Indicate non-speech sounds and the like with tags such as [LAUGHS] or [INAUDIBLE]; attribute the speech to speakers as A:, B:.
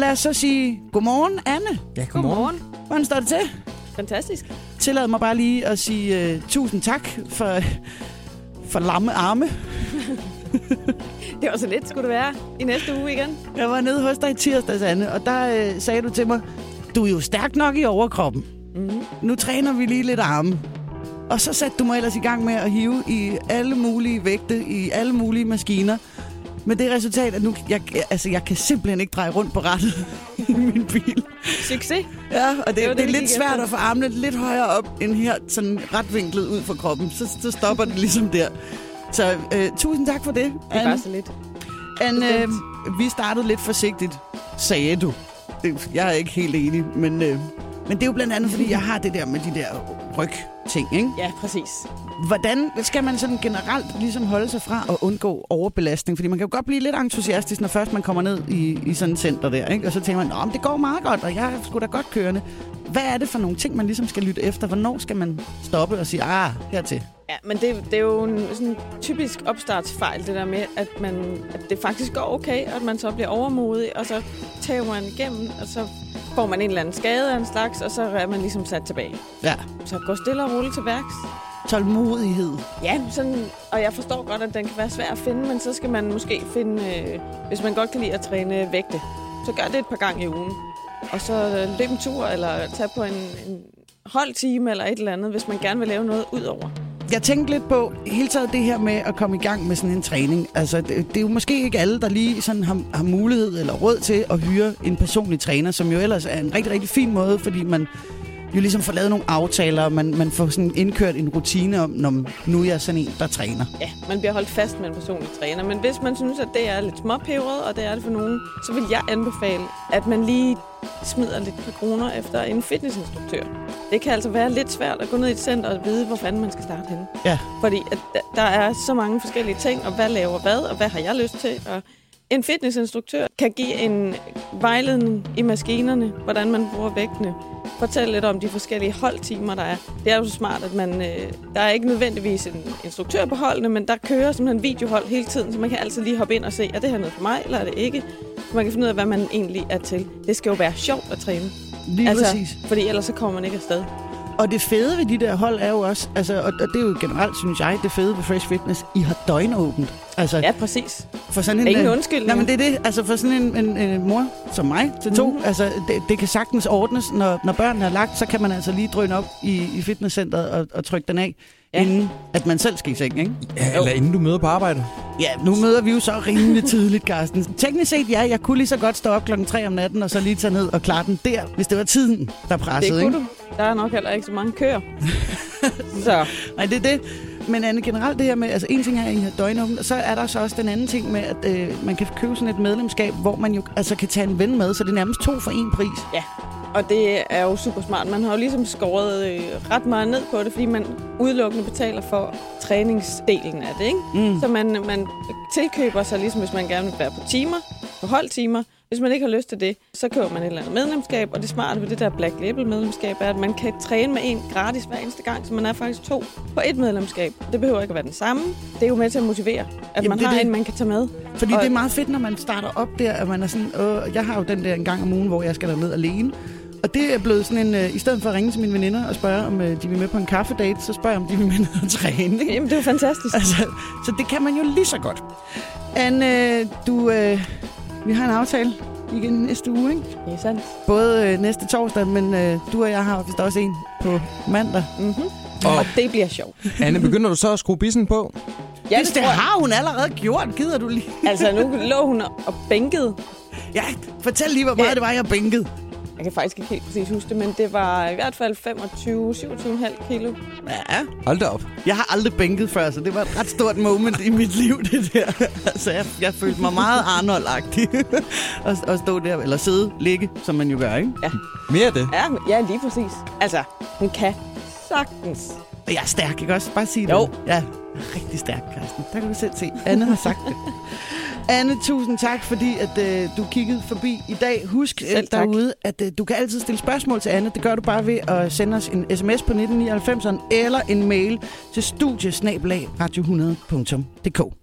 A: Lad os så sige godmorgen, Anne.
B: Ja, godmorgen.
C: Godmorgen.
A: Hvordan står det til?
C: Fantastisk.
A: Tillad mig bare lige at sige uh, tusind tak for, for lamme arme.
C: Det var så lidt, skulle det være, i næste uge igen.
A: Jeg var nede hos dig i tirsdags, Anne, og der uh, sagde du til mig, du er jo stærk nok i overkroppen.
C: Mm.
A: Nu træner vi lige lidt arme. Og så satte du mig ellers i gang med at hive i alle mulige vægte, i alle mulige maskiner. Med det resultat, at nu, jeg, altså, jeg kan simpelthen ikke dreje rundt på rettet [LAUGHS] i min bil.
C: Succes.
A: Ja, og det, det, det,
C: var det,
A: det er
C: vi
A: lidt
C: gik
A: svært
C: efter.
A: at få armene lidt højere op end her, sådan ret vinklet ud fra kroppen. Så, så stopper det ligesom der. Så øh, tusind tak for det,
C: Det var
A: Anne.
C: så lidt.
A: Anne øh,
C: bestemt.
A: vi startede lidt forsigtigt, sagde du. Det, jeg er ikke helt enig, men, øh, men det er jo blandt andet, fordi jeg har det der med de der ryg-ting, ikke?
C: Ja, præcis.
A: Hvordan skal man sådan generelt ligesom holde sig fra at undgå overbelastning? Fordi man kan jo godt blive lidt entusiastisk, når først man kommer ned i, i sådan et center der, ikke? Og så tænker man, at det går meget godt, og jeg er sgu da godt kørende. Hvad er det for nogle ting, man ligesom skal lytte efter? Hvornår skal man stoppe og sige, ah, hertil?
C: Ja, men det, det er jo en sådan typisk opstartsfejl, det der med, at, man, at det faktisk går okay, og at man så bliver overmodig, og så tager man igennem, og så får man en eller anden skade af en slags, og så er man ligesom sat tilbage.
A: Ja,
C: Så gå stille og roligt til værks.
A: tålmodighed.
C: Ja, sådan, og jeg forstår godt, at den kan være svær at finde, men så skal man måske finde, øh, hvis man godt kan lide at træne vægte, så gør det et par gange i ugen. Og så øh, løb en tur, eller tag på en, en holdtime, eller et eller andet, hvis man gerne vil lave noget ud over.
A: Jeg tænkte lidt på hele taget det her med at komme i gang med sådan en træning. Altså, det, det er jo måske ikke alle, der lige sådan har, har mulighed eller råd til at hyre en personlig træner, som jo ellers er en rigtig, rigtig fin måde, fordi man jo ligesom får lavet nogle aftaler, og man, man får sådan indkørt en rutine om, når nu er jeg sådan en, der træner.
C: Ja, man bliver holdt fast med en personlig træner, men hvis man synes, at det er lidt småpeberet, og det er det for nogen, så vil jeg anbefale, at man lige smider lidt par kroner efter en fitnessinstruktør. Det kan altså være lidt svært at gå ned i et center og vide, hvor fanden man skal starte henne.
A: Ja.
C: Fordi at der- der er så mange forskellige ting, og hvad laver hvad, og hvad har jeg lyst til. Og en fitnessinstruktør kan give en vejledning i maskinerne, hvordan man bruger vægtene. Fortæl lidt om de forskellige holdtimer, der er. Det er jo så smart, at man, øh, der er ikke nødvendigvis en instruktør på holdene, men der kører simpelthen videohold hele tiden, så man kan altid lige hoppe ind og se, er det her noget for mig, eller er det ikke. Så man kan finde ud af, hvad man egentlig er til. Det skal jo være sjovt at træne,
A: Lige altså,
C: Altså-
A: præcis.
C: fordi ellers så kommer man ikke afsted.
A: Og det fede ved de der hold er jo også, altså, og, og det er jo generelt, synes jeg, det fede ved Fresh Fitness, I har døgnåbent. Altså,
C: Ja, præcis.
A: for sådan en,
C: Ingen
A: øh,
C: undskyldning.
A: Nej, men det er det. Altså for sådan en, en, en mor som mig til to,
C: Mhm.
A: mm-hmm. altså det, det kan sagtens ordnes. Når, når børnene er lagt, så kan man altså lige drøne op i, i fitnesscenteret og, og trykke den af, ja.
C: Ja.
A: inden at man selv skal i seng, ikke?
B: Ja, eller inden du møder på arbejde.
A: Ja, nu møder vi jo så rimelig tidligt, Carsten. Teknisk set, ja, jeg kunne lige så godt stå op klokken 3 om natten og så lige tage ned og klare den der, hvis det var tiden, der pressede,
C: det
A: ikke?
C: kunne du. Der er nok heller ikke så mange
A: [LAUGHS]
C: køer. så
A: Nej, det er det. Men Anne, generelt det her med, altså en ting er, at I har døgnåbent, og så er der så også den anden ting med, at øh, man kan købe sådan et medlemskab, hvor man jo altså kan tage en ven med, så det er nærmest to for en pris.
C: ja, og det er jo super smart. Man har jo ligesom skåret øh, ret meget ned på det, fordi man udelukkende betaler for træningsdelen af det. Ikke?
A: Mm.
C: Så man, man tilkøber sig ligesom, hvis man gerne vil være på timer, på holdtimer. Hvis man ikke har lyst til det, så køber man et eller andet medlemskab, og det smarte ved det der Black Label medlemskab er, at man kan træne med en gratis hver eneste gang, så man er faktisk to på et medlemskab. Det behøver ikke at være den samme. Det er jo med til at motivere, at
A: Jamen,
C: Jamen, man
A: det er
C: har
A: det.
C: en, man kan tage med.
A: Fordi
C: Og-
A: det er meget fedt, når man starter op der, at man er sådan, Åh, jeg har jo den der en gang om ugen, hvor jeg skal derned alene. Og det er blevet sådan en, øh, i stedet for at ringe til mine veninder og spørge, om øh, de vil med på en kaffedate, så spørger jeg, om de vil med ned og træne. Ikke?
C: Jamen, det er jo fantastisk.
A: Altså, så det kan man jo lige så godt. Anne, øh, du, øh, vi har en aftale igen næste uge, ikke?
C: Det er sandt.
A: Både øh, næste torsdag, men øh, du og jeg har vist også en på mandag.
C: Mm-hmm.
B: Og-
C: Og, og det bliver sjovt.
B: Anne, begynder du så at skrue bissen på?
C: Ja,
A: Hvis det
C: tror jeg.
A: har hun allerede gjort, gider du lige?
C: Altså, nu lå hun og bænkede.
A: Ja, fortæl lige, hvor meget
C: Ja.
A: det var, jeg bænkede.
C: Jeg kan faktisk ikke helt præcis huske det, men det var i hvert fald 25-27,5 kilo.
A: Ja.
B: Hold da op.
A: Jeg har aldrig bænket før, så det var et ret stort moment i mit liv, det der. Altså, jeg, jeg følte mig meget Arnold-agtig [LAUGHS] at, at stå der, eller sidde, ligge, som man jo gør, ikke?
B: Mere af det.
C: Ja, men- ja, lige præcis. Altså, hun kan sagtens.
A: Og jeg er stærk, ikke også? Bare sige
C: Jo.
A: det. Ja, rigtig stærk, Carsten. Der kan du selv se. Anne har sagt det. Anne, tusind tak, fordi at, øh, du kiggede forbi i dag. Husk øh,
C: Selv tak.
A: derude, at øh, du kan altid stille spørgsmål til Anne. Det gør du bare ved at sende os en sms på 1999'eren eller en mail til studiesnabelag radio100.dk.